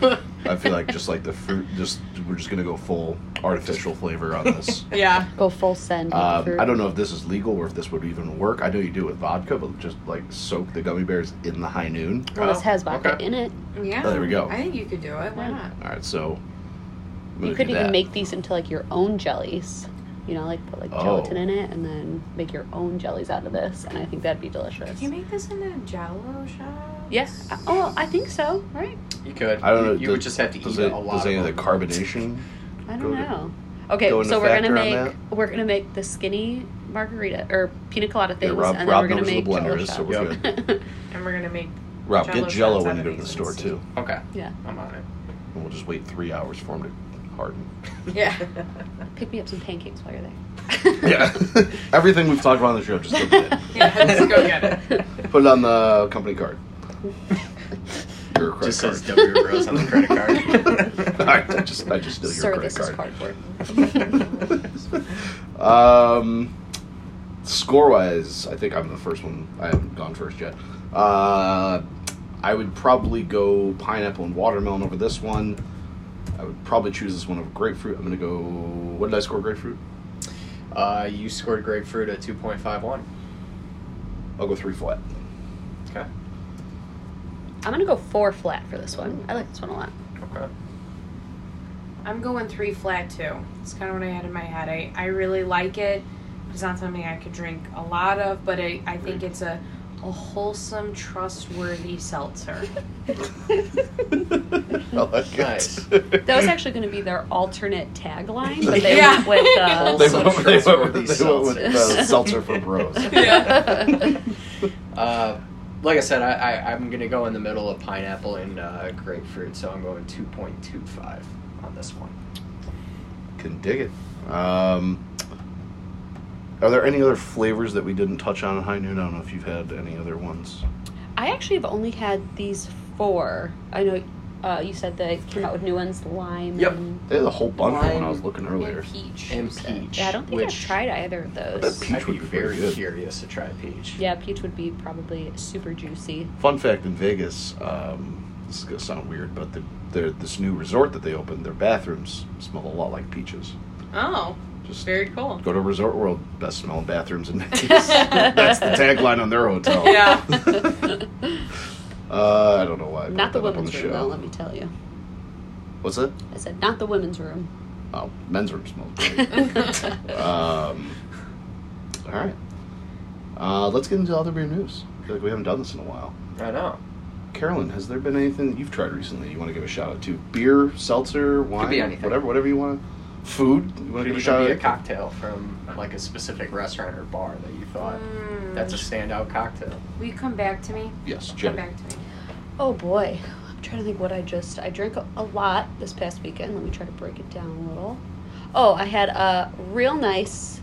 A: I feel like just like the fruit, just we're just gonna go full artificial flavor on this.
F: yeah.
E: Go full send.
A: Um,
E: through.
A: I don't know if this is legal or if this would even work. I know you do it with vodka, but just like soak the gummy bears in the high noon.
E: Well, this
B: Oh,
E: has vodka
B: okay.
E: in it.
F: Yeah.
A: Oh, there we go.
F: I think you could do it. Why not?
A: All right, so I'm gonna
E: You could
A: do
E: even
A: that.
E: make these into like your own jellies. You know, like put like
A: Oh.
E: gelatin in it and then make your own jellies out of this, and I think that'd be
F: Can
E: delicious.
F: you make this into Jello shot?
E: Yes. Oh, I think so. Right?
B: You could.
A: I don't know.
B: You, you would just have to
A: does
B: eat
A: it-
B: a lot
A: Does
B: of
A: any of the
B: them.
A: carbonation?
E: I
A: Go
E: don't
A: to-
E: know. Okay,
A: go into
E: so we're gonna
A: factor on
E: make we're gonna make the skinny margarita or pina colada
A: Yeah,
E: things,
A: Rob,
E: and then
A: Rob
E: we're gonna
A: knows the
E: make
A: blenders, so
E: jello
A: we're
B: Yep.
A: good.
E: shots.
F: And we're gonna make.
A: Rob,
F: Jello
A: get Jello
F: shots
A: when
F: out
A: you
F: of
A: go to the
F: these
A: store
F: and
A: too,
B: Okay.
E: yeah,
B: I'm on it.
A: and we'll just wait three hours for them to harden.
F: Yeah.
E: pick me up some pancakes while you're there.
A: Yeah, everything we've talked about on the show, just go get it.
F: yeah. Let's go get it.
A: Put it on the company card. Your credit
B: Just
A: card.
B: says W Rose on the credit card.
A: I just, I just steal
E: Sir,
A: your
E: this is
A: credit
E: cardboard.
A: card. um, score wise, I think I'm the first one. I haven't gone first yet. Uh, I would probably go pineapple and watermelon over this one. I would probably choose this one over grapefruit. I'm gonna go. What did I score grapefruit?
B: uh, you scored grapefruit at 2.51.
A: I'll go three flat.
B: Okay.
E: I'm gonna go four flat for this one. I like this one a lot.
B: Okay.
F: I'm going three flat too. It's kind of what I had in my head. I, I really like it. It's not something I could drink a lot of, but I, I think it's a, a wholesome, trustworthy seltzer.
A: I like
B: Nice.
A: it.
E: That was actually gonna be their alternate tagline, but they
F: Yeah.
E: went with uh,
A: They
B: Some
A: went, they went,
B: trustworthy
A: with- they went with uh,
E: seltzers.
A: seltzer for bros.
B: Uh, like I said, I, I, I'm going to go in the middle of pineapple and uh, grapefruit, so I'm going 2.25 on this one.
A: Can dig it. Um, are there any other flavors that we didn't touch on in High Noon? I don't know if you've had any other ones.
E: I actually have only had these four. I know uh, you said they came out with new ones, lime.
B: Yep.
E: And,
A: They had a whole bunch of them when I
B: Lime
A: was looking earlier.
F: Peach.
B: And peach.
E: yeah, I don't think
B: which
E: I've tried either of
A: That
E: those.
A: peach
B: I'd
A: would
B: be
A: be very
B: very
A: good.
B: curious to try peach.
E: Yeah, peach would be probably super juicy.
A: Fun fact in Vegas, um, this is going to sound weird, but the, the, this new resort that they opened, their bathrooms smell a lot like peaches.
F: Oh,
A: Just
F: very cool.
A: go to Resort World, best smelling bathrooms in Vegas. That's the tagline on their hotel.
F: Yeah.
A: Uh, I don't know why. I brought
E: Not the
A: that up on
E: women's room, though, let me tell you.
A: What's that?
E: I said, not the women's room.
A: Oh, men's room smells great. Um, all right. Uh, let's get into other beer news. I feel like we haven't done this in a while.
B: I know.
A: Carolyn, has there been anything that you've tried recently you want to give a shout out to? Beer, seltzer, wine,
B: be anything.
A: whatever, whatever you want. Food, you want to give a
B: Could
A: shout
B: even
A: out?
B: be a cocktail from like a specific restaurant or bar that you thought
D: Mm.
B: that's a standout cocktail.
F: Hmm. Will you come back to me?
A: Yes,
F: Come
A: Jenny.
F: back to me.
E: Oh boy. I'm trying to think what I just. I drank a, a lot this past weekend. Let me try to break it down a little. Oh, I had a real nice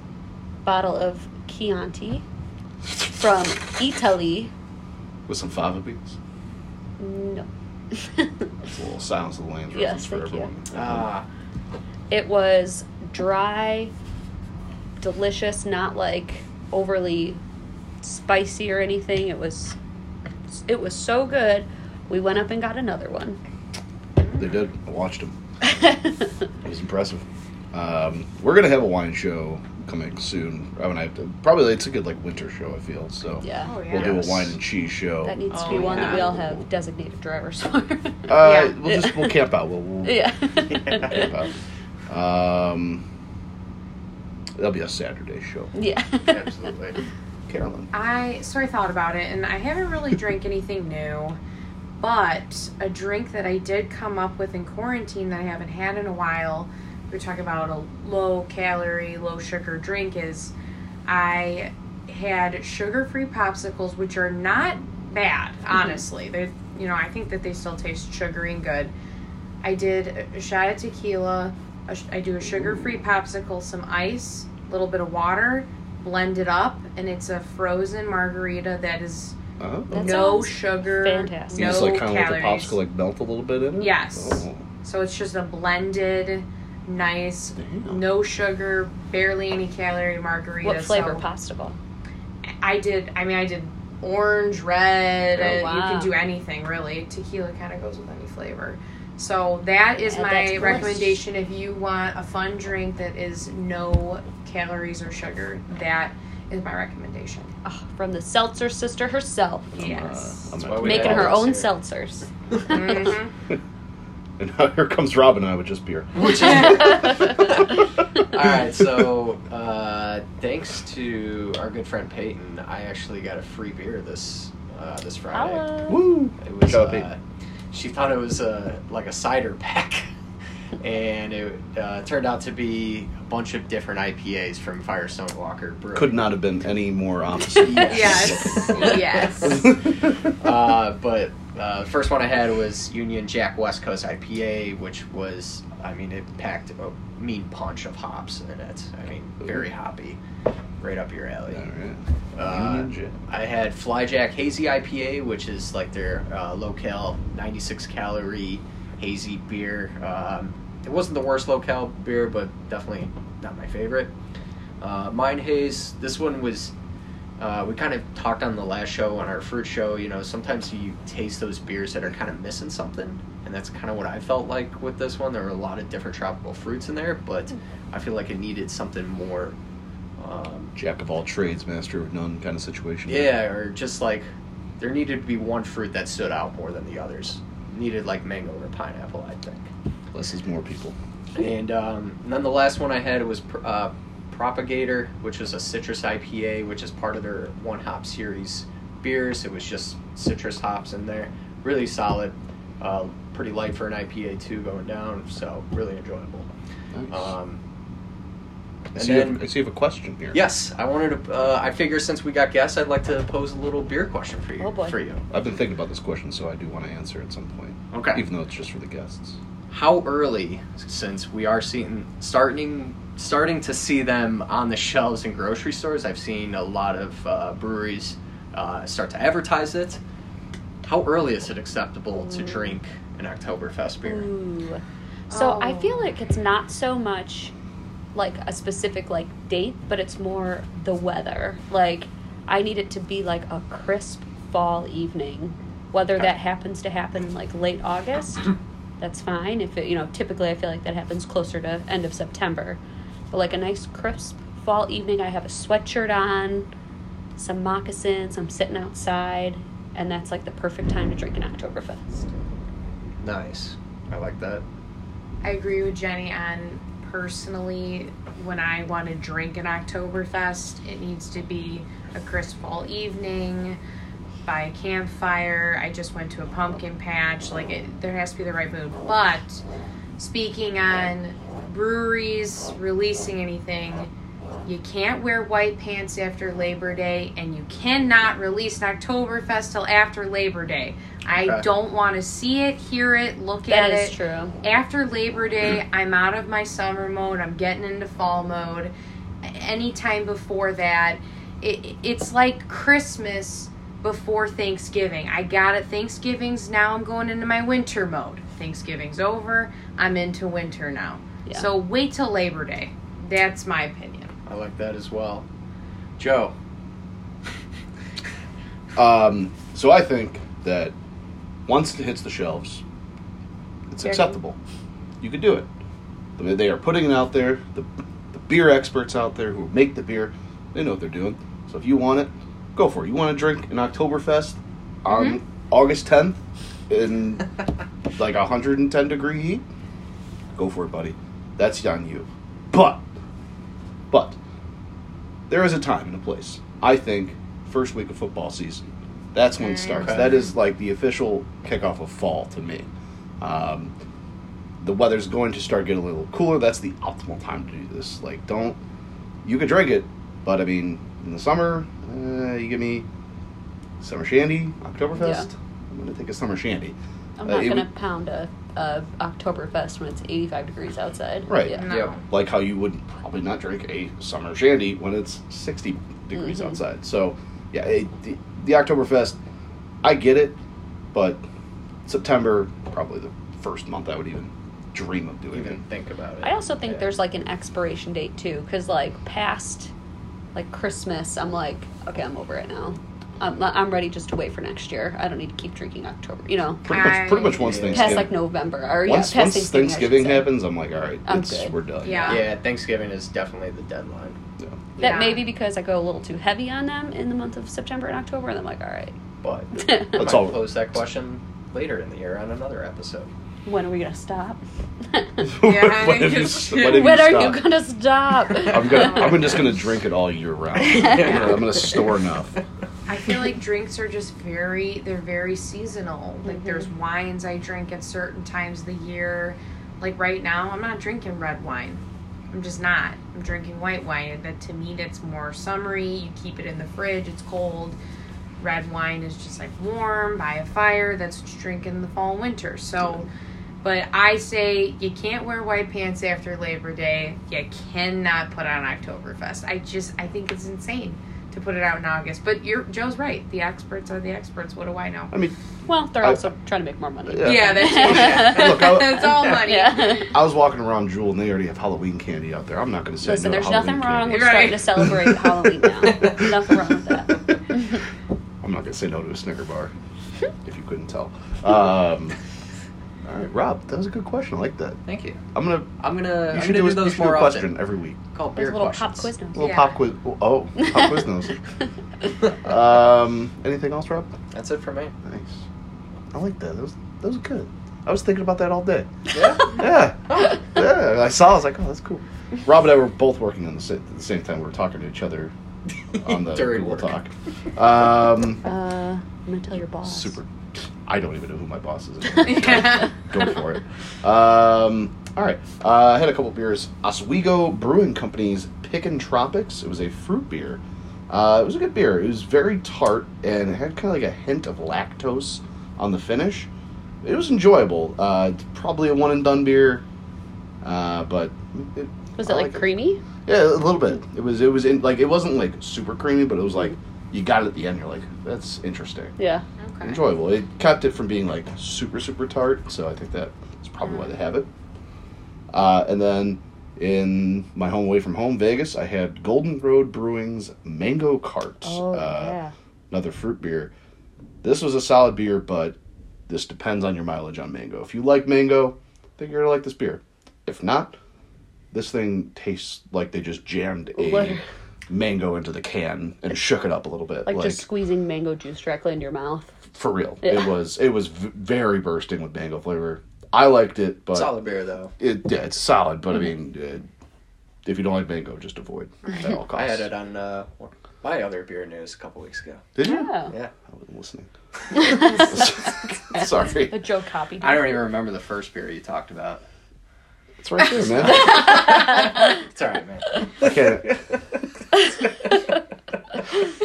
E: bottle of Chianti from Italy.
A: With some fava beans.
E: No.
A: It's a little silence of the lambs reference
E: Yes,
A: for
E: thank you.
A: everyone.
B: Ah,
E: it was dry, delicious, not like overly spicy or anything. It was it was so good. We went up and got another one.
A: They did. Um, I watched them. It was impressive. Um, we're gonna have a wine show coming soon. I mean, I have to, probably it's a good like winter show. I feel so.
E: Yeah.
D: Oh yeah.
A: We'll do
B: Yes.
A: a wine and cheese show.
E: That needs to
D: Oh,
E: be one that we
D: yeah.
E: all have designated drivers for.
A: uh,
D: yeah.
A: We'll just we'll camp out. We'll, we'll
E: yeah.
A: camp out. Um, that'll be a Saturday show.
E: yeah.
G: Absolutely.
A: Carolyn,
D: I so I thought about it, and I haven't really drank anything new, but a drink that I did come up with in quarantine that I haven't had in a while. We are talking about a low calorie, low sugar drink. Is I had sugar free popsicles, which are not bad,
E: Mm-hmm.
D: honestly. They're you know I think that they still taste sugary and good. I did a shot of tequila. A sh- I do a sugar free popsicle, some ice, a little bit of water, blend it up, and it's a frozen margarita that is
A: uh,
E: That
D: no
E: sounds
D: sugar,
E: fantastic.
A: you
D: no
A: just like kind of let the
D: calories.
A: popsicle like melt a little bit in it.
D: Yes.
A: Oh,
D: So it's just a blended, nice,
A: damn.
D: no sugar, barely any calorie margarita.
E: What flavor
D: So
E: possible?
D: I did. I mean, I did orange, red.
E: Oh,
D: and You
E: wow.
D: can do anything really. Tequila kind of goes with any flavor. So that is
E: Add that to
D: my
E: the
D: recommendation if you want a fun drink that is no calories or sugar. That is my recommendation.
E: Oh, from the seltzer sister herself,
A: I'm, uh,
D: Yes.
A: I'm
G: That's
A: at-
G: why we
E: making her
G: always
E: own
G: say
E: seltzers.
D: Mhm.
A: And now here comes Rob and I with just beer.
B: All right, so uh, thanks to our good friend Peyton, I actually got a free beer this uh, this Friday.
A: Woo!
B: It was.
A: Shout out
B: Uh,
A: Peyton.
B: she thought it was uh, like a cider pack, and it uh, turned out to be a bunch of different IPAs from Firestone Walker Brewing.
A: Could not have been any more opposite.
D: Yes. Yes.
B: uh, but uh, the first one I had was Union Jack West Coast IPA, which was, I mean, it packed a mean punch of hops in it. I mean, very hoppy, right up your alley.
A: Alright.
B: Uh,
A: Union Jack.
B: I had Flyjack Hazy IPA, which is like their uh, low cal, 96 calorie hazy beer. Um, it wasn't the worst low cal beer, but definitely not my favorite. Uh, Mind Haze, this one was, uh, we kind of talked on the last show, on our fruit show, you know, sometimes you taste those beers that are kind of missing something. And that's kind of what I felt like with this one. There were a lot of different tropical fruits in there, but I feel like it needed something more. Um,
A: Jack of all trades, master of none kind of situation.
B: yeah, or just like there needed to be one fruit that stood out more than the others. Needed like mango or pineapple, I think.
A: Less is more people.
B: And, um, and then the last one I had was pr- uh, Propagator, which was a citrus IPA, which is part of their one hop series beers. It was just citrus hops in there. Really solid, uh, pretty light for an IPA too, going down. So really enjoyable.
A: Uh,
B: Um,
A: I,
B: and
A: see you have,
B: then
A: I see you have a question here.
B: yes, I wanted to. Uh, I figure since we got guests, I'd like to pose a little beer question for you.
E: Oh, boy.
B: For you.
A: I've been thinking about this question, so I do want to answer at some point,
B: Okay.
A: even though it's just for the guests.
B: How early, since we are seeing starting starting to see them on the shelves in grocery stores, I've seen a lot of uh, breweries uh, start to advertise it. How early is it acceptable
E: Mm.
B: to drink an Oktoberfest beer?
E: Ooh. So I
D: Oh.
E: feel like it's not so much like a specific like date, but it's more the weather. Like I need it to be like a crisp fall evening. Whether that happens to happen in like late August, that's fine. If it, you know, typically I feel like that happens closer to end of September. But like a nice crisp fall evening, I have a sweatshirt on, some moccasins, I'm sitting outside, and that's like the perfect time to drink an Oktoberfest.
B: Nice. I like that.
D: I agree with Jenny on personally when I want to drink an Oktoberfest, it needs to be a crisp fall evening by a campfire. I just went to a pumpkin patch. Like it, there has to be the right mood. But speaking on breweries releasing anything, you can't wear white pants after Labor Day, and you cannot release an Oktoberfest till after Labor Day. I
B: Okay.
D: don't want to see it, hear it, look at
E: That
D: it
E: is true.
D: after Labor Day, I'm out of my summer mode. I'm getting into fall mode. Anytime before that, it, it's like Christmas before Thanksgiving. I got it. Thanksgiving's now. I'm going into my winter mode. Thanksgiving's over. I'm into winter now.
E: Yeah.
D: So wait till Labor Day. That's my opinion.
B: I like that as well. Joe.
A: Um, so I think that once it hits the shelves, it's
D: Fair
A: acceptable. You could do it. I mean, They are putting it out there. The, the beer experts out there who make the beer. They know what they're doing. So if you want it, go for it. You want to drink an Oktoberfest on August 10th in like 110 degree heat? Go for it, buddy. That's on you. But, but, there is a time and a place. I think first week of football season. That's when it
E: Mm,
A: starts.
B: Okay.
A: That is like the official kickoff of fall to me. Um, the weather's going to start getting a little cooler. That's the optimal time to do this. Like, don't you could drink it, but I mean, in the summer, uh, you give me summer shandy, Oktoberfest. I'm gonna take a summer shandy.
E: I'm
A: Uh,
E: not
A: it
E: gonna
A: would-
E: pound a, a Oktoberfest when it's 85 degrees outside.
A: Right.
E: Yeah.
F: No.
B: Yep.
A: like how you would probably not drink a summer shandy when it's 60 degrees
E: Mhm.
A: outside. So, yeah, it, the, the Oktoberfest, I get it, but September, probably the first month I would even dream of doing
B: Even think about it.
E: I also think
B: Yeah.
E: there's like an expiration date too, because like past like Christmas, I'm like, okay, I'm over it now. I'm, I'm ready just to wait for next year. I don't need to keep drinking October, you know.
A: it. Pretty much, pretty much once
B: I-
A: Thanksgiving.
E: Past like November or yeah,
A: once, once
E: past Thanksgiving, I should
A: Thanksgiving
E: say.
A: happens, I'm like, all right,
E: I'm
A: it's,
E: good.
A: we're done.
F: Yeah.
B: Yeah, Thanksgiving is definitely the deadline.
E: That
F: Yeah.
E: may be because I go a little too heavy on them in the month of September and October, and I'm like, all right,
B: But
A: That's
B: I might
A: all-
B: pose that question later in the year on another episode.
E: when are we gonna stop?
F: Yeah,
A: What if
F: you-
A: you s- what if you
E: when are
A: stop?
E: you gonna stop?
A: I'm gonna. I'm just gonna drink it all year round. I'm gonna- I'm gonna store enough.
F: I feel like drinks are just very they're very seasonal. Like there's wines I drink at certain times of the year. Like right now, I'm not drinking red wine. I'm just not. I'm drinking white wine. And That to me that's more summery. You keep it in the fridge, it's cold. Red wine is just like warm by a fire. That's what you drink in the fall and winter. So but I say you can't wear white pants after Labor Day. You cannot put on Oktoberfest. I just I think it's insane to put it out in August. But you're Joe's right. The experts are the experts. What do I know?
A: I mean,
E: well, they're
A: I-
E: also trying to make more money.
A: Yeah.
F: Yeah, that's
A: Look, I-
F: that's all money.
E: Yeah.
A: I was walking around Jewel, and they already have Halloween candy out there. I'm not gonna say
E: Listen,
A: no to
E: there's
A: Halloween
E: nothing wrong
A: candy.
E: with
F: Right.
E: starting to celebrate Halloween now. nothing wrong with that.
A: I'm not gonna say no to a Snicker bar, if you couldn't tell. Um, all right, Rob, that was a good question. I like that.
B: Thank you.
A: I'm gonna.
B: I'm
A: You
B: gonna. Uh, I'm
A: should
B: gonna
A: do,
B: do,
A: a, you
B: those
A: should do
B: more
A: a question
B: often.
A: every week.
B: Called
E: There's
B: beer
E: a little pop
B: questions.
E: quiz
A: A little
F: Yeah.
A: pop quiz. Oh, pop quiz knows. Um, anything else, Rob?
B: That's it for me.
A: Nice. I like that. That was that was good. I was thinking about that all day.
B: Yeah.
A: Yeah.
F: Oh.
A: yeah. I saw. I was like, oh, that's cool. Rob and I were both working on the same, at the same time. We were talking to each other on the
B: During
A: Google
B: work.
A: Talk. Um,
E: Uh, I'm gonna tell your boss.
A: super. I don't even know who my boss is.
F: Yeah.
A: Go for it. Um, all right. Uh, I had a couple beers. Oswego Brewing Company's Pickin' Tropics. It was a fruit beer. Uh, it was a good beer. It was very tart and it had kind of like a hint of lactose on the finish. It was enjoyable. Uh, it's probably a one and done beer, uh, but it,
E: Was
A: I
E: it like
A: liked
E: creamy?
A: yeah, a little bit. It was it was in like it wasn't like super creamy, but it was like you got it at the end. You're like, that's interesting,
E: Yeah.
F: Okay.
A: enjoyable. It kept it from being like super super tart, so I think that is probably why they
E: Mm.
A: have it. Uh, and then in my home away from home, Vegas, I had Golden Road Brewing's Mango Cart,
F: Oh,
E: Oh,
A: uh, another fruit beer. This was a solid beer, but this depends on your mileage on mango. If you like mango, then you're gonna like this beer. If not, this thing tastes like they just jammed a
E: What?
A: mango into the can and shook it up a little bit.
E: Like, just squeezing mango juice directly into your mouth.
A: for real,
E: Yeah.
A: it was it was v- very bursting with mango flavor. I liked it, but
B: Solid Mm-hmm. beer though.
A: It, yeah, it's solid. But I mean, uh, if you don't like mango, just avoid at all costs.
B: I had it on uh, one- my other beer news a couple weeks ago.
A: Did you?
E: Yeah.
B: Yeah.
A: I wasn't listening. Sorry,
E: The Joe copied.
B: I don't even remember the first beer you talked about.
A: it's right there, man.
B: It's all right, man.
A: I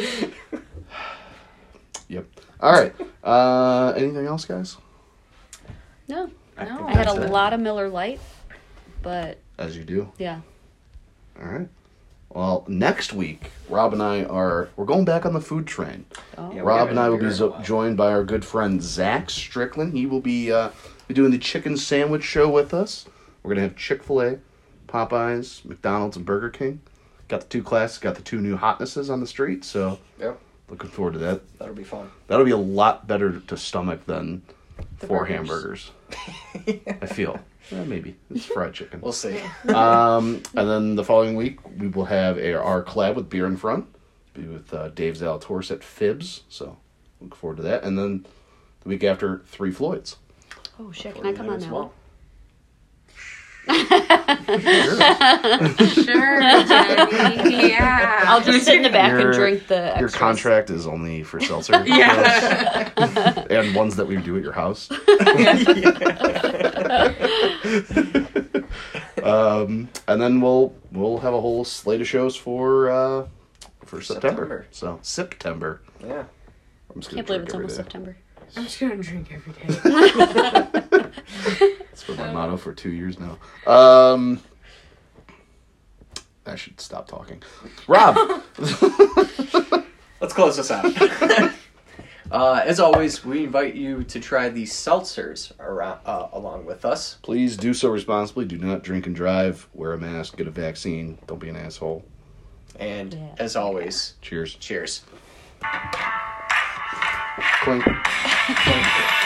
A: can't. Yep. All right. Uh, anything else, guys?
E: No.
B: I, think
F: No.
E: I had a
B: that's it.
E: lot of Miller Lite, but
A: As you do.
E: yeah.
A: All right. Well, next week, Rob and I are we're going back on the food train.
E: Oh.
B: Yeah, we
A: Rob
B: haven't
A: and I will
B: had
A: be
B: beer in a
A: zo-
B: while.
A: joined by our good friend Zach Strickland. He will be uh, be doing the chicken sandwich show with us. We're gonna have Chick Fil A, Popeyes, McDonald's, and Burger King. Got the two classes. Got the two new hotnesses on the street. So
B: Yep.
A: looking forward to that.
B: That'll be fun.
A: That'll be a lot better to stomach than four hamburgers. I feel. Eh, maybe. It's fried chicken.
B: We'll see.
A: Um, and then the following week, we will have a, our collab with Beer in Front. Be with uh, Dave Zalatoris at Fibs. So look forward to that. And then the week after, Three Floyds.
E: Oh shit! Can I come on
B: as
E: that
B: well.
D: Sure, Jenny. Yeah.
E: I'll just sit in the back
A: Your-
E: and drink the.
A: Your
E: Extras.
A: contract is only for seltzer.
D: Yeah.
A: and ones that we do at your house. um, and then we'll we'll have a whole slate of shows for uh, for September.
B: September.
A: So September.
B: Yeah.
A: I'm just
E: Can't believe it's almost September.
D: I'm just gonna drink every day.
A: That's been my motto for two years now. Um, I should stop talking. Rob,
B: Let's close this out. uh, as always, we invite you to try the seltzers around, uh, along with us.
A: please do so responsibly. Do not drink and drive. Wear a mask. Get a vaccine. Don't be an asshole.
B: And
E: Yeah.
B: as always,
A: Cheers.
B: cheers.
A: Clink.